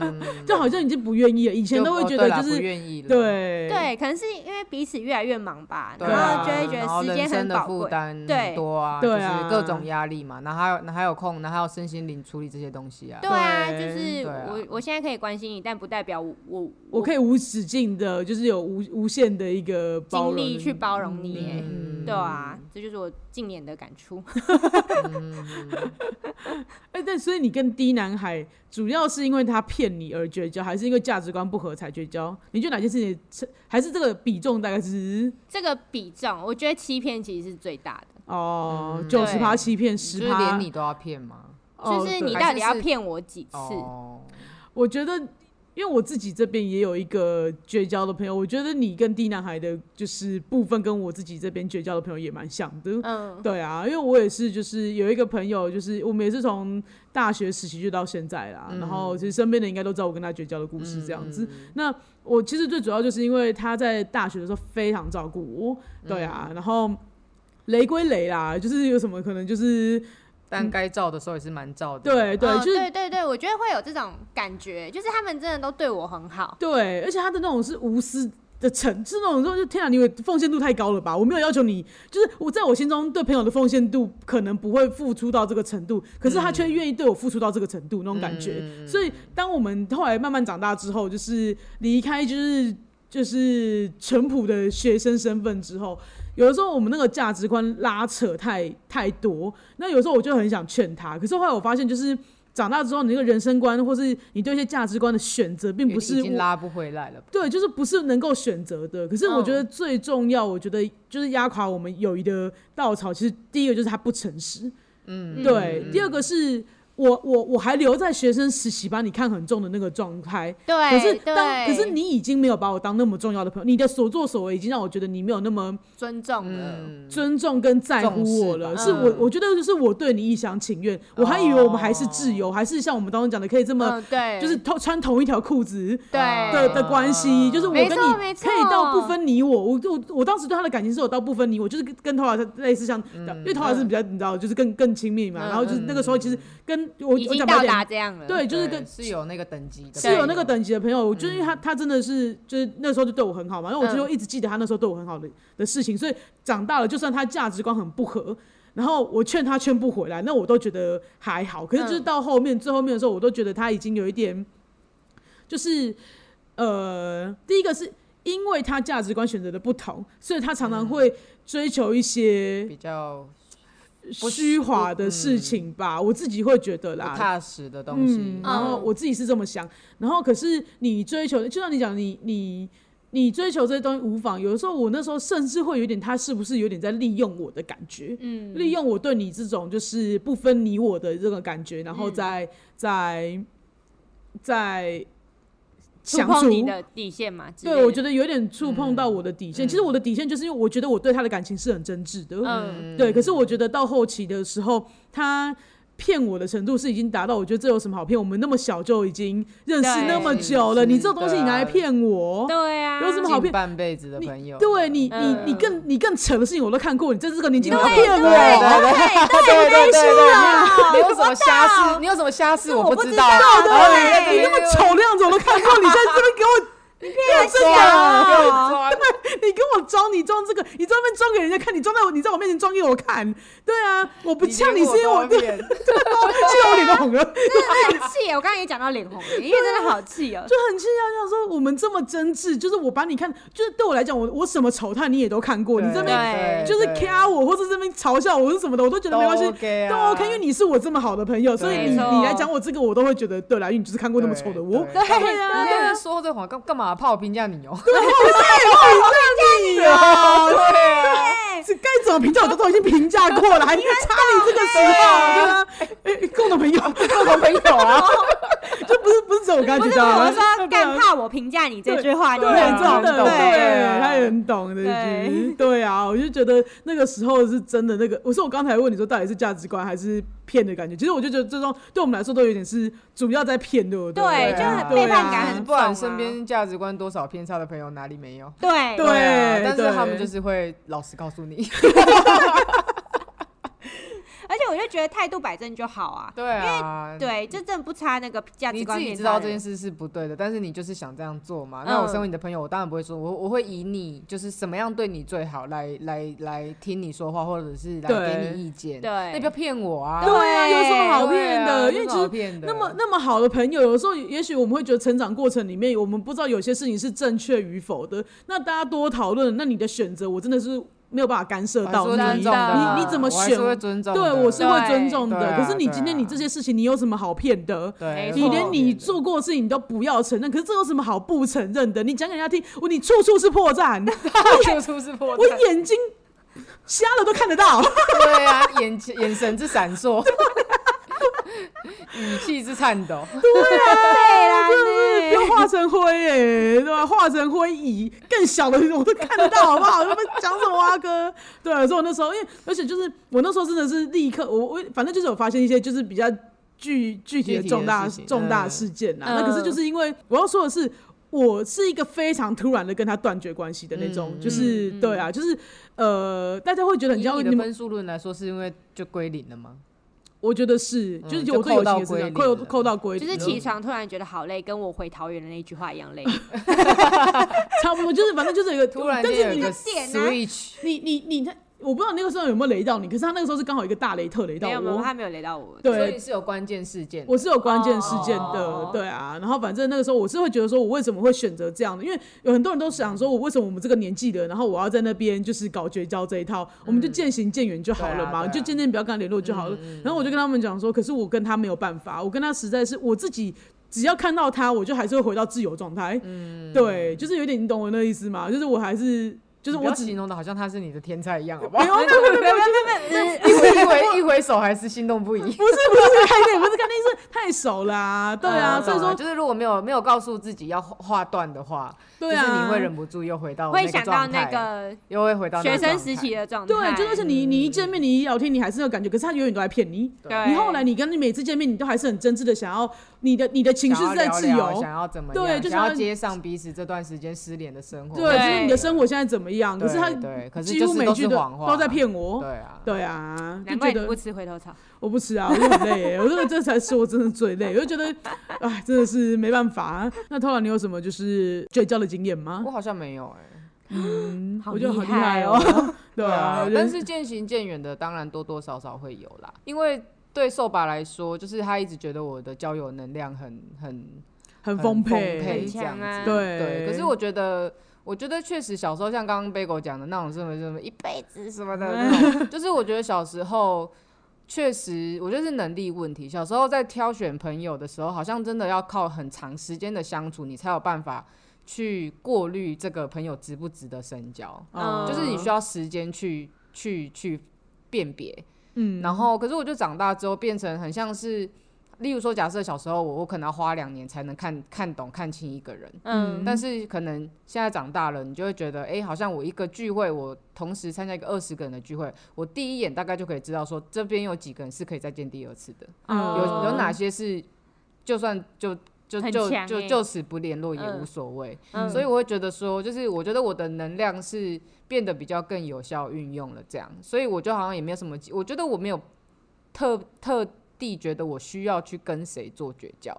嗯
就好像已经不愿意了，以前都会
哦
觉
对
得
啦
就
不
是
愿意了，
对
对，可能是因为彼此越来越忙吧，
对啊，
然后就会觉
然后
得时
人
间
生
很
的
宝
负
贵。
担
对
多啊，
对
就是
啊
各种压力嘛，然后还有然后还有空，然后还有身心灵处理这些东西啊，
对啊，就
对
是
对啊
我我现在可以关心你，但不代表我我
我可以无止境的，就是有无无限的一个包
尽
容
力去包容你耶。
嗯
对啊，这就是我近年的感触。
哎、但所以你跟 D 男孩主要是因为他骗你而绝交，还是因为价值观不合才绝交？你觉得哪件事情是还是这个比重大概是
这个比重，我觉得欺骗其实是最大的，
哦
嗯
九十趴欺骗
就
十
是
趴
连？你都要骗吗？
哦
就是你
对
到底要
还是是
骗我几次？
哦，
我觉得，因为我自己这边也有一个绝交的朋友，我觉得你跟 D 男孩的就是部分跟我自己这边绝交的朋友也蛮像的。
嗯，
对啊，因为我也是，就是有一个朋友，就是我们也是从大学时期就到现在啦。然后其实身边的应该都知道我跟他绝交的故事这样子。那我其实最主要就是因为他在大学的时候非常照顾我，对啊，然后雷归雷啦，就是有什么可能就是
但该照的时候也是蛮照的，
对对，
嗯
就是
对对对，我觉得会有这种感觉，就是他们真的都对我很好。
对，而且他的那种是无私的诚，是那种说就天啊，你以为奉献度太高了吧？我没有要求你，就是我在我心中对朋友的奉献度可能不会付出到这个程度，可是他却愿意对我付出到这个程度，那种感
嗯
觉。所以当我们后来慢慢长大之后，就是离开就是就是淳朴的学生身份之后。有的时候我们那个价值观拉扯太太多，那有时候我就很想劝他，可是后来我发现，就是长大之后，你那个人生观或是你对一些价值观的选择，并不是
已经
我
拉不回来了吧，
对，就是不是能够选择的。可是我觉得
嗯
最重要，我觉得就是压垮我们友谊的稻草，其实第一个就是他不诚实，
嗯，
对；第二个是我我我还留在学生时期把你看很重的那个状态，
对，
可是当
对
可是你已经没有把我当那么重要的朋友，你的所作所为已经让我觉得你没有那么
尊重了，
嗯，
尊重跟在乎我了。是
重视吧
我
嗯
我觉得就是我对你一厢情愿，我还以为我们还是挚友，还是像我们当中讲的可以这么。
嗯，对，
就是同穿同一条裤子，
对
的的关系，就是我跟
没
你
错没错
可以到不分你我，我我我当时对他的感情是有到不分你我，就是跟跟头老师类似像，因为头老师比较你知道，就是更更亲密嘛，
嗯
然后就是那个时候其实跟我我
已经
讲白
到
一
达
点，
这样了。
对，就是
对
跟。
是有那个等级的，
是有那个等级的朋友，我就是因
嗯
为他，他真的是就是那时候就对我很好嘛，因为我就一直记得他那时候对我很好的的事情，所以长大了，就算他价值观很不合，然后我劝他劝不回来，那我都觉得还好。可是就是
嗯
到后面、最后面的时候，我都觉得他已经有一点，就是呃，第一个是因为他价值观选择的不同，所以他常
嗯
常会追求一些
比较不嗯
虚华的事情吧，我自己会觉得
不
啦，
踏实的东西
嗯。，然后
嗯
我自己是这么想，然后可是你追求，就像你讲，你你你追求这些东西无妨。有的时候我那时候甚至会有点，他是不是有点在利用我的感觉，
嗯，
利用我对你这种就是不分你我的这个感觉，然后
嗯
再再再
触
相处
碰你的底线嘛？
对，我觉
得，
得有点触碰
嗯
到我的底线。其实我的底线就是因为我觉得我对他的感情是很真挚的，
嗯，
对，可是我觉得到后期的时候，他骗我的程度是已经达到，我觉得这有什么好骗？我们那么小就已经认识
对
那么久了，
是
你这种东西你拿来骗我，
对啊，
有什么好
近
骗
半辈子的朋友，
对你，你
嗯
你更你更扯的事情我都看过，你在这个年纪你
对
要
对
骗我，
对对，
对对对
啊
对，你有什么
我
瞎
不知道
事？你有什么瞎事？
我
我
不
知
知
道。啊
道
然后
对
在这
你
边
那么丑的样子我都看过，你在这边给我，
骗
装啊给我
笑，
装
你跟我装，你装这个，你专门装给人家看，你装在我，你在我面前装给我看，对啊，我不呛你是因为我，
你
对，
连我都要骗
现在我脸都红了。
真的很气耶。我刚刚也讲到脸红了，因为真的好气哦。
就很气啊！想说我们这么真挚，就是我把你看，就是对我来讲，我我什么丑态你也都看哦过，你这边
边
对
就是啊
对
k 我，或是这边嘲笑我是什么的，我都觉得没关系，
都 OK 啊
都 OK，因为你是我这么好的朋友，所以你
没错
你来讲我这个，我都会觉得对啦，因为你就是看过那么丑的我，
对
对
你
对
这样说这谎干干嘛？怕我评价你哦？
对，我评价你啊！
对啊，
对
对，
这该怎么评价我都都已经评价过了，还差你这个时
[laughs]
候，对啊，哎，共同朋友，共同朋友啊， [laughs] 就不是不是只有我跟他
不
去
是不是
搭
我
的，
说
对啊
干怕我评价你这句话，你
对，啊
很
真
懂
的，
啊对。啊
对，他也很懂的，就是对啊，我就觉得那个时候是真的那个，我说我刚才问你说到底是价值观还是骗的感觉，其实我就觉得这种对我们来说都有点是主要在骗，对不
对
对
就
啊
很
对啊
背叛感很
不管身边价值观多少偏差的朋友，哪里没有？
对
对
啊但
对
是他们就是会老实告诉你。
[laughs]
而且我就觉得态度摆正就好啊。
对啊，
对，这真的不差那个价值
你
观
自己
偏
知
差
道
的
这
人嗯
件事是不对的，但是你就是想这样做嘛。那我身为你的朋友，我当然不会说，我我会以你就是什么样对你最好来来来听你说话，或者是来给
对
你意见。
对
那你不要骗我啊！
对啊，有什么好
对
骗
啊
的？
有
因为
什么
其
好
实
骗的
那么那么好的朋友，有时候也许我们会觉得成长过程里面，我们不知道有些事情是正确与否的。那大家多讨论，那你的选择，我真的是没有办法干涉
我还
到
是
你。
会
真
尊重
的
的，啊
你你怎么
我还
选
是会尊重的。
对，我是会
对
尊重
对
的。
啊
可是你
对
今天
啊
你这些事情，你有什么好骗的？
对，
没
有什
你
么
错
连
好
你
骗的
做过的事情你都不要承认，可是这有什么好不承认的？你讲给人家听，哦我你处处是破
[laughs]
绽，
处处是破
我 [laughs]
绽，
眼睛瞎了都看得到。
对啊，眼前眼神之闪烁，语气之颤
[laughs]
抖。
对啦，
就是
对
又化成灰哎、对吧？化成灰蚁，更小的我都看得到，好不
[laughs]
好？他们讲什么啊，哥？对，所以我那时候，因为而且就是我那时候真的是立刻，我我反正就是有发现一些就是比较具具体
具
的
体的
重大
事情
重大
嗯
事件呐、
嗯
那可是就是因为我要说的是。我是一个非常突然的跟他断绝关系的那种，
嗯
就是、
嗯嗯
对啊，就是呃，大家会觉得你
以
像
你
你
的
们，
分数论来说，是因为就归零了吗？
我觉得是，就是
嗯
有我
就
对友
扣到
情也是这样，
归
扣
零了
扣到归
对，
零
[laughs] 就
了，
是起床突然觉得好累，跟我回桃园的那句话一样累。
差不多，就是反正就是有一个
突然
但是
间有一
你
个
点啊
switch，
你你你他，我不知道那个时候有没有雷到你，可是他那个时候是刚好一个大雷特雷到
没有没有，
我，
他没有雷到我。
对
所以是有关键事件的。
我是有关键事件的，
哦
对啊。然后反正那个时候我是会觉得说，我为什么会选择这样的？因为有很多人都想说，我为什么我们这个年纪的，然后我要在那边就是搞绝交这一套，我们就渐行渐远就好了嘛，
对啊对啊
就渐渐不要跟他联络就好了。然后我就跟他们讲说，可是我跟他没有办法，我跟他实在是我自己。只要看到他，我就还是会回到自由状态。嗯，对，就是有点你懂我那意思吗？就是我还是，就是
你不
我
要
只啊
形容的好像他是你的天才一样，好不
不
好？
用
[laughs]
那个
没有没有没有，
一回一回 [laughs] 一回手还是心动不已。
不是不是看那，不是看那，是太熟啦、 [laughs]
[laughs]
对啊，
嗯
所以
懂了
说
就是如果没有没有告诉自己要画画段的话，
对
就
啊，
是你会忍不住又回到
会
那个
想到
状
那
态，
个
又会回到那
学
个
生
状
时
态
期的状态。
对，就而且你
嗯
你一见面，你一聊天，你还是有感觉，可是他永远都在骗你。
对
你后来你跟你每次见面，你都还是很真挚的想要你的你的情绪
想
是在
要聊
自
聊
由
想。要怎么
对
样
就
想
像
要接上彼此这段时间失联的生活，
对，就是你的生
活，
活现在怎么样？可是他
对，可是
几
就
乎
是
每
都
句
是
都
谎话
都在，骗我。
对啊，
对啊，就觉
难怪你不
得
吃回头草。
我不吃啊，我很累 [laughs] 耶，我这这才是我真的最累，我就觉得，哎，真的是没办法。啊那偷懒，你有什么就是绝交的经验吗
我？好像没有哎、
嗯，
好
我觉得好
厉
厉
害
害
哦
[laughs] 哦。对啊，
但是渐行渐远的，当然多多少少会有啦。因为对瘦爸来说，就是他一直觉得我的交友能量很很
很丰
丰
沛，
很
这样
强啊
子。
对
对，可是我觉得。我觉得确实小时候像刚刚贝狗讲的那种什么什么一辈子什么的那种，就是我觉得小时候确实我觉得是能力问题。小时候在挑选朋友的时候，好像真的要靠很长时间的相处，你才有办法去过滤这个朋友值不值得深交。
哦
就是你需要时间去去去辨别。
嗯，
然后，可是我就长大之后变成很像是，例如说，假设小时候我我可能要花两年才能看看懂看清一个人，
嗯
嗯，
但是可能现在长大了，你就会觉得，哎、好像我一个聚会，我同时参加一个二十个人的聚会，我第一眼大概就可以知道说这边有几个人是可以再见第二次的，
嗯
有
哦
有哪些是就算就就
很
就
强
就
欸
就此不联络也
嗯
无所谓。
嗯
所以我会觉得说，就是我觉得我的能量是变得比较更有效运用了，这样，所以我就好像也没有什么，我觉得我没有特特地觉得我需要去跟谁做绝交，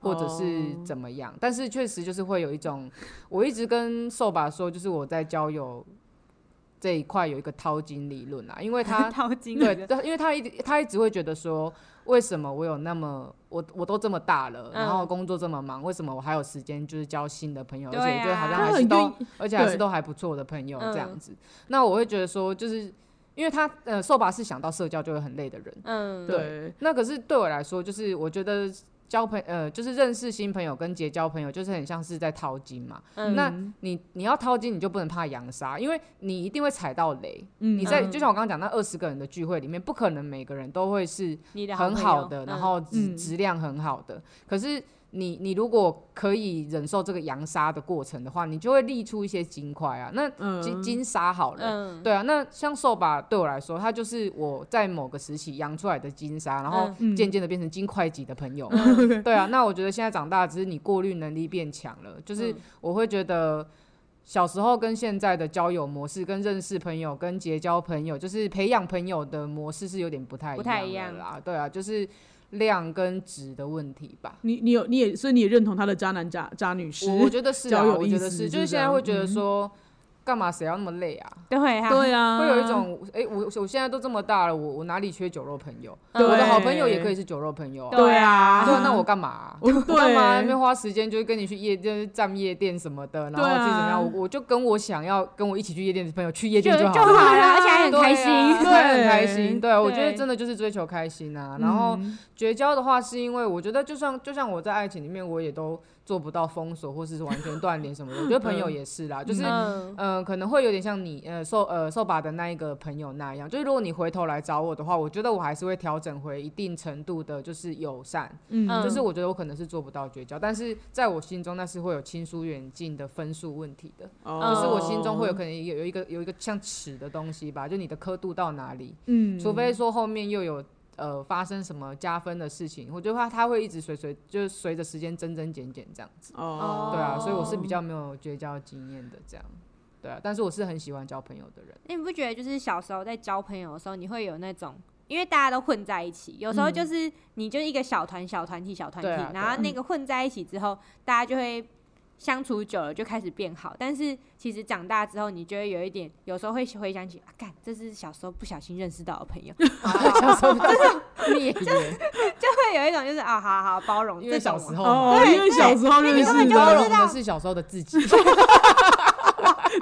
或者是
哦
怎么样，但是确实就是会有一种，我一直跟瘦爸说，就是我在交友这一块有一个掏金理论啊，因为
[laughs]
他
掏金
对，
的，
但因为他一直他一直会觉得说，为什么我有那么我我都这么大了，然后
嗯
工作这么忙，为什么我还有时间就是交新的朋友，
对
而且就好像
啊
他
还是
很
都
愿意，
而且还是
对
都还不错的朋友这样
嗯
子。那我会觉得说，就是因为他呃，瘦爸是想到社交就会很累的人，
嗯，
对，
那可是对我来说，就是我觉得交朋呃，就是认识新朋友跟结交朋友，就是很像是在淘金嘛。
嗯
那
嗯
你你要淘金，你就不能怕扬沙，因为你一定会踩到雷。
嗯
你在
嗯
就像我刚刚讲那二十个人的聚会里面，不可能每个人都会是
你的
很
朋
好
友
的，
嗯
然后质
嗯
质量很好的。可是你你如果可以忍受这个扬沙的过程的话，你就会立出一些金块啊。那金
嗯
金沙好了，
嗯，
对啊，那像瘦吧，对我来说，它就是我在某个时期养出来的金沙，然后
嗯
渐渐的变成金块级的朋友。 [laughs]
OK
对啊，那我觉得现在长大，只是你过滤能力变强了，就是
嗯
我会觉得。小时候跟现在的交友模式、跟认识朋友、跟结交朋友，就是培养朋友的模式是有点不太
不太
一
一
样
样
的啦。对啊，就是量跟值的问题吧。
你你有你也，所以你也认同他的渣男渣渣女师
我？我觉得是啊，
交友
我
意
觉得
思
是，
是
就是
这
现在
样
会觉得
嗯
说，干嘛谁要那么累啊？
对啊，
对啊，
会有一种哎、诶我我现在都这么大了，我我哪里缺酒肉朋友？
嗯
我的好
对
朋友也可以是酒肉朋友啊。
对
对啊，
对啊，那我干嘛啊、 [laughs]
我
我干嘛
[laughs]
在那
对嗯
边花时间，就是跟你去夜，就是站夜店什么的，然
对
后
啊
去怎么样？我我就跟我想要跟我一起去夜店的朋友去夜
就
店
就
好
好
了，
了，而且还很
对啊
开心。
对，很开心。
对
对，我觉得
对
真的就是追求开心啊。然后
嗯
绝交的话，是因为我觉得，就像就像我在爱情里面，我也都做不到封锁或是完全断联什么的。我觉得朋友
嗯
也是啦，就是
嗯，
嗯，可能会有点像你呃受呃受把的那一个朋友那样，就是如果你回头来找我的话，我觉得我还是会调整回一定程度的，就是友善。
嗯
就是我觉得我可能是做不到绝交，但是在我心中那是会有亲疏远近的分数问题的，
哦
就是我心中会有可能有有一个有一个像尺的东西吧，就你的刻度到哪里，
嗯，
除非说后面又有。呃，发生什么加分的事情，我觉得它它会一直随随，就是随着时间增增减减这样子。
哦，
对啊，所以我是比较没有绝交经验的这样，对啊，但是我是很喜欢交朋友的人，
那你不觉得就是小时候在交朋友的时候，你会有那种，因为大家都混在一起，有时候就是你就一个小团小团体小团体，
嗯对啊对啊
然后那个混在一起之后，大家就会相处久了就开始变好。但是其实长大之后，你就会有一点，有时候会回想起啊，干，这是小时候不小心认识到的朋友， [laughs] 就
小时候比较孽缘，
会有一种就是啊，好好包容，
因为
这
小
种
时
啊
候嘛
哦，因为小时候认
因为
识
包
的，
容的是小时候的自己，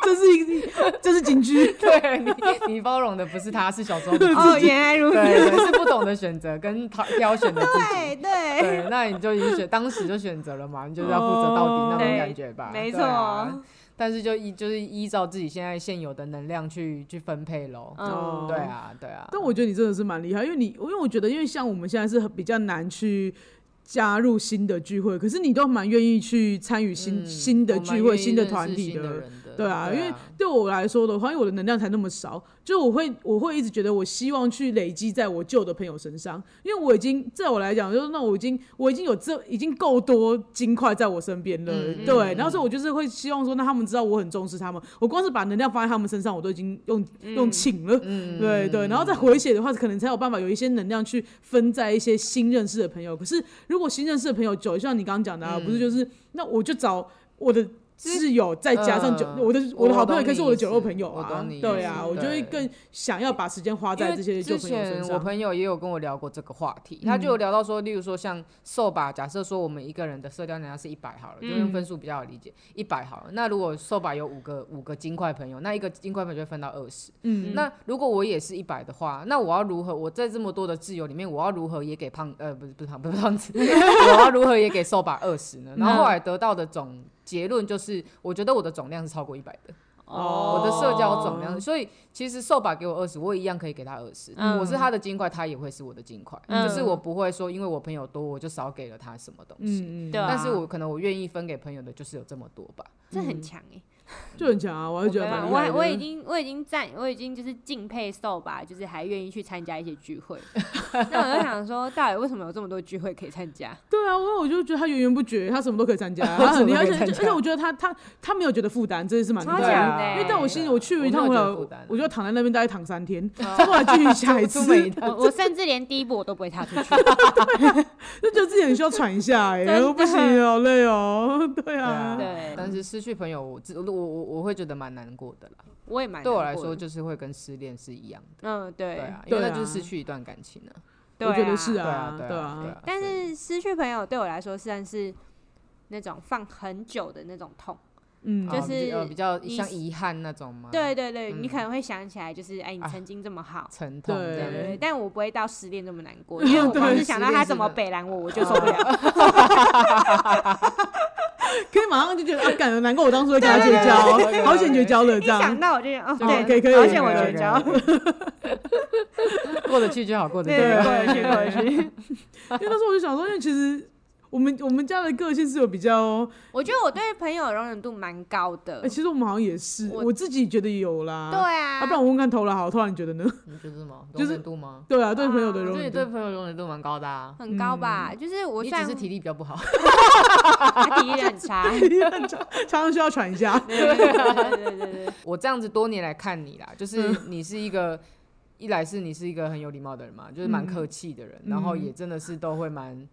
这是一 [laughs] 这是警句，
对你你包容的不是他，是小时候的自己，
哦，原来如此，
对对，是不懂得选择跟挑挑选的自己。
对对，
对，那你就已经选，当时就选择了嘛，你就是要负责到底那种感觉吧，
没
对啊
错
但是就依就是依照自己现在现有的能量去去分配喽。
嗯，
对啊，对啊。
但我觉得你真的是蛮厉害，因为你，因为我觉得，因为像我们现在是很比较难去加入新的聚会，可是你都蛮愿意去参与新、
嗯
新的
我蛮
聚会、
愿意
新的
认识
团体
新的
的。
人的
对啊，因为对我来说的话，因为我的能量才那么少，就我会我会一直觉得我希望去累积在我旧的朋友身上，因为我已经在我来讲，就是那我已经我已经有这已经够多金块在我身边了，
嗯
对，
嗯
然后所以我就是会希望说，那他们知道我很重视他们，我光是把能量放在他们身上，我都已经用、用请了，
嗯
对对，然后再回血的话，可能才有办法有一些能量去分在一些新认识的朋友。可是如果新认识的朋友久，就像你刚刚讲的、啊，
嗯
不是就是那我就找我的挚友，再加上酒，
呃
我的我的好朋友
我懂
也可以是
你
我的
意思
酒肉朋友
我
啊
懂你意，思
对啊，我就会
对
更想要把时间花
因
在
为
这些旧
之
朋友身
前我
上。嗯
朋友也有跟我聊过这个话题，他就有聊到说，例如说像瘦吧，假设说我们一个人的社交能量是一百好了，就用
嗯
分数比较好理解，一百好了。那如果瘦吧有五个五个金块朋友，那一个金块朋友就会分到二十。
嗯，
那如果我也是一百的话，那我要如何？我在这么多的挚友里面，我要如何也给胖呃不是不是胖不是胖
[laughs]
子，我要如何也给瘦吧二十呢？
嗯
然后后来得到的总结论就是，我觉得我的总量是超过一百的，
哦
我的社交总量。所以其实瘦吧给我二十，我也一样可以给他二十、
嗯
我是他的金块，他也会是我的金块、
嗯
就是我不会说因为我朋友多我就少给了他什么东西。
嗯嗯，
对啊
但是我可能我愿意分给朋友的就是有这么多吧，
这很强哎。
就很强啊，我还觉得
对啊
蛮厉害
我
的。
我已经我已经赞，我已经就是敬佩受吧，就是还愿意去参加一些聚会。那我就想说，到底为什么有这么多聚会可以参加？
对啊，我我就觉得他源源不绝，他什么都可以参
[laughs]
加，他很厉害，而
什
且
么都
而
可以参加
且我觉得他他他没有觉得负担，这也是蛮厉
超
害
对
的
强。
啊
的欸
因为在我心里，我去
我
一趟
没有
回
觉
来，
得负
我
担啊
我就躺在那边大概躺三天，再过来继续下一
出
次，
门一趟
我我甚至连第一步我都不会踏出去。
就觉得自己很需要喘一下、
[laughs]
欸，
真
然
的
后不行，好累哦， [laughs] 对啊，
对
对，
但是失去朋友我自我我我会觉得蛮难过的啦。
我也蛮
对我来
难过
说，
的，
就是会跟失恋是一样的。
嗯，对
对啊，因
对
为那就是
啊
失去一段感情了。
对
我觉得是
啊。
啊
对
对
啊
啊，
对啊。
但
所以
是失去朋友对我来说，算是那种放很久的那种痛。
嗯，
哦
就是
比较呃比较
你
像遗憾那种
啊
吗？，
对对对，你
嗯
可能会想起来，就是哎，你
啊
曾经这么好。
沉痛这
对对
样
对，
对
但我不会到失恋这么难
[laughs]
过，因为我
对
光是
失
想到
恋
他
是
怎么
的
北拦我，我就受不
哦
了。
可以马上就觉得啊，感觉难过，我当初会跟他绝交，好险绝交了
一
这
想
样。
到我就觉得，哦，
哦可
对，
以可以
好险我
可以
绝交，
过得去就好，过得
对
去就
对，
[laughs]
过得去过得
好。
去。
因为那时候我就想说，因为其实我们我们家的个性是有比较，
[laughs] 我觉得我对朋友的容忍度蛮高的。
哎，其实我们好像也是，
我
我自己觉得有啦。
对啊，
啊，不然我问看头了，好，突然觉得呢？
你觉得什么？
就
容
是
忍度吗？
对啊，对朋友的
啊
容
就
忍
你
度
对，朋友容忍度蛮高的啊。
很高吧？就是我
你
算
只是体力比较不好，
他体力 [laughs] 很差，
常常需要喘一下。
对对啊 [laughs] 对对对对，
[laughs] 我这样子多年来看你啦，就是
嗯
你是一个，一来是你是一个很有礼貌的人嘛，就是蛮
嗯
客气的人，然后
嗯
也真的是都会蛮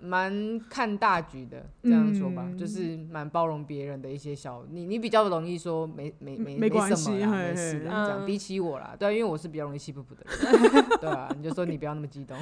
蛮看大局的，这样说吧，
嗯
就是蛮包容别人的一些小，你你比较容易说没没没
没关
什么
系
啦，
嘿
没事啦，
嘿
这样
嗯
比起我啦，对啊，因为我是比较容易气噗噗的
[laughs]
人，对啊，你就说你不要那么激动，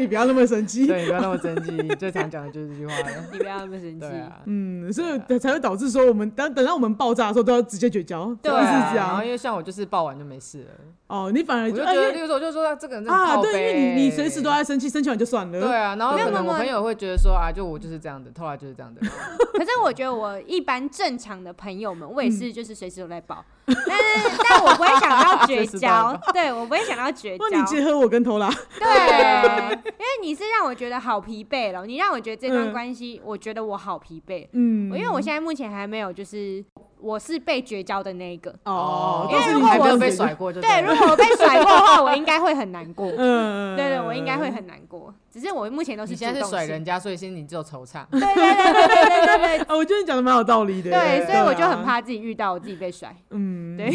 你不要那么生气。
对，你不要那么生气，最常讲的就是这句话
[laughs]
了，
你不要那么生气
对。啊。
嗯，所
对
以才会导致说我们等等到我们爆炸的时候都要直接绝交，
对
是
啊
这
然后
样
因为像我就是抱完就没事了，
哦。你反而
我就
就
觉
哎因
得，例
为
如说，我就说这个人真的
啊，
靠
对，因为你你
背
随时都在生气，生气完就算
对
了。
啊，然后
没有
可能
没有
我朋
没有
友会觉得说啊，就我就是这样的，后来就是这样的人，
可是我觉得我一般正常的朋友们，我也是就是随时都在爆， [laughs] 但是但我不会想到绝 [laughs]
随时都在
交，对我不会想到绝交
那。你结合我跟头啦，
对， [laughs] 因为你是让我觉得好疲惫了，你让我觉得这段
嗯
关系，我觉得我好疲惫，
嗯，
因为我现在目前还没有就是我是被绝交的那一个。
哦，
因为
但是
如
你
果
还
还
没有
我
没有被
解决
甩，过就
对，
对
如
了，
果我被甩过的话，我应该会很难过。
嗯，
对对，我应该会很难过。只是我目前都是
你
主
现在
动
是甩
性
人家，所以现在你只有惆
[laughs]
�怅。
对对对对对对对对
啊，我觉得你讲的蛮有道理的。
对，所以我就
啊
很，怕自己遇到我自己被甩。
嗯，
对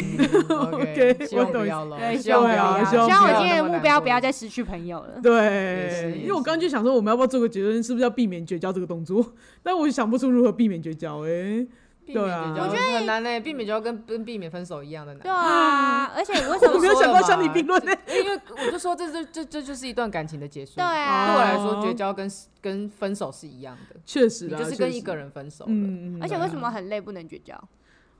OK，
OK，希望 [laughs]
我懂
不要了，
对，
希
希
望不
望不
对啊
要，
希
希
望
望
不
我
要
今天的目标不要再
再
失去朋友了。
是
对，因
也
为我刚刚
是
就想说我们要不要做个结论，是不是要避免绝交这个动作？ [laughs] 但我想不出如何避免绝交，哎，
避免
对啊
绝交，我觉得很难呢，避免绝交跟跟避免分手一样的
对
难。
啊，而且你为什
我
么
没
说
有
了
想到
嘛
相提并论呢。
因为我就说这这这这就是一段感情的结束。
对
对我来
啊？
说，绝交跟跟分手是一样的，
确实
你
哦啦，
就是
确
跟
实
一个人分手了，
嗯，嗯
而且
对
为
啊
什么很累不能绝交？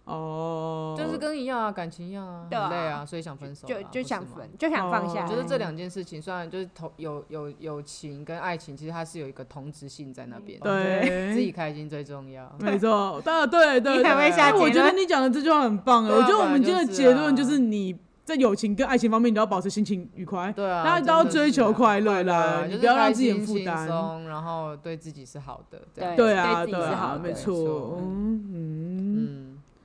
哦，
就是跟一样啊，感情一样啊，
对啊
很累啊，所以想分手啊，
就就
不是
想
吗
分，就想放下
哦
我觉得
来。
这两件事情，虽然就是同有有友情跟爱情，其实它是有一个同质性在那
嗯
边，
对
自己开心最重要。
没错，当然对对，
[laughs] 你
对
还会下
哎我
结
觉得
论？
你讲的这句话很棒哎，
对啊
我觉得我
本来
们今天的
就是
结论
啊
就是你在友情跟爱情方面，你都要保持心情愉快。
对啊，
大家都要追求快乐
真的是啊
啦
对啊
你
就是
不要让
开
自己很
心
负担
轻松然后对自己是好的，这样
对
对啊，
对自
对
己是
啊
好，的
没
没
错
错，
嗯，
嗯，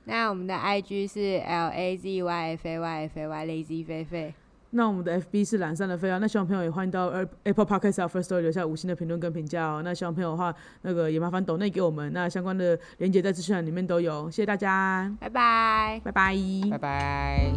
那我们的 IG 是 L A Z Y F A Y F A Y Lazy 菲菲。
那我们的 FB 是懒散的飞啊，那希望朋友也欢迎到 Apple Podcast 啊 First Story 留下五星的评论跟评价哦。那希望朋友的话，那个也麻烦抖内给我们，那相关的链接在资讯栏里面都有，谢谢大家，
拜拜。
拜拜。
拜拜。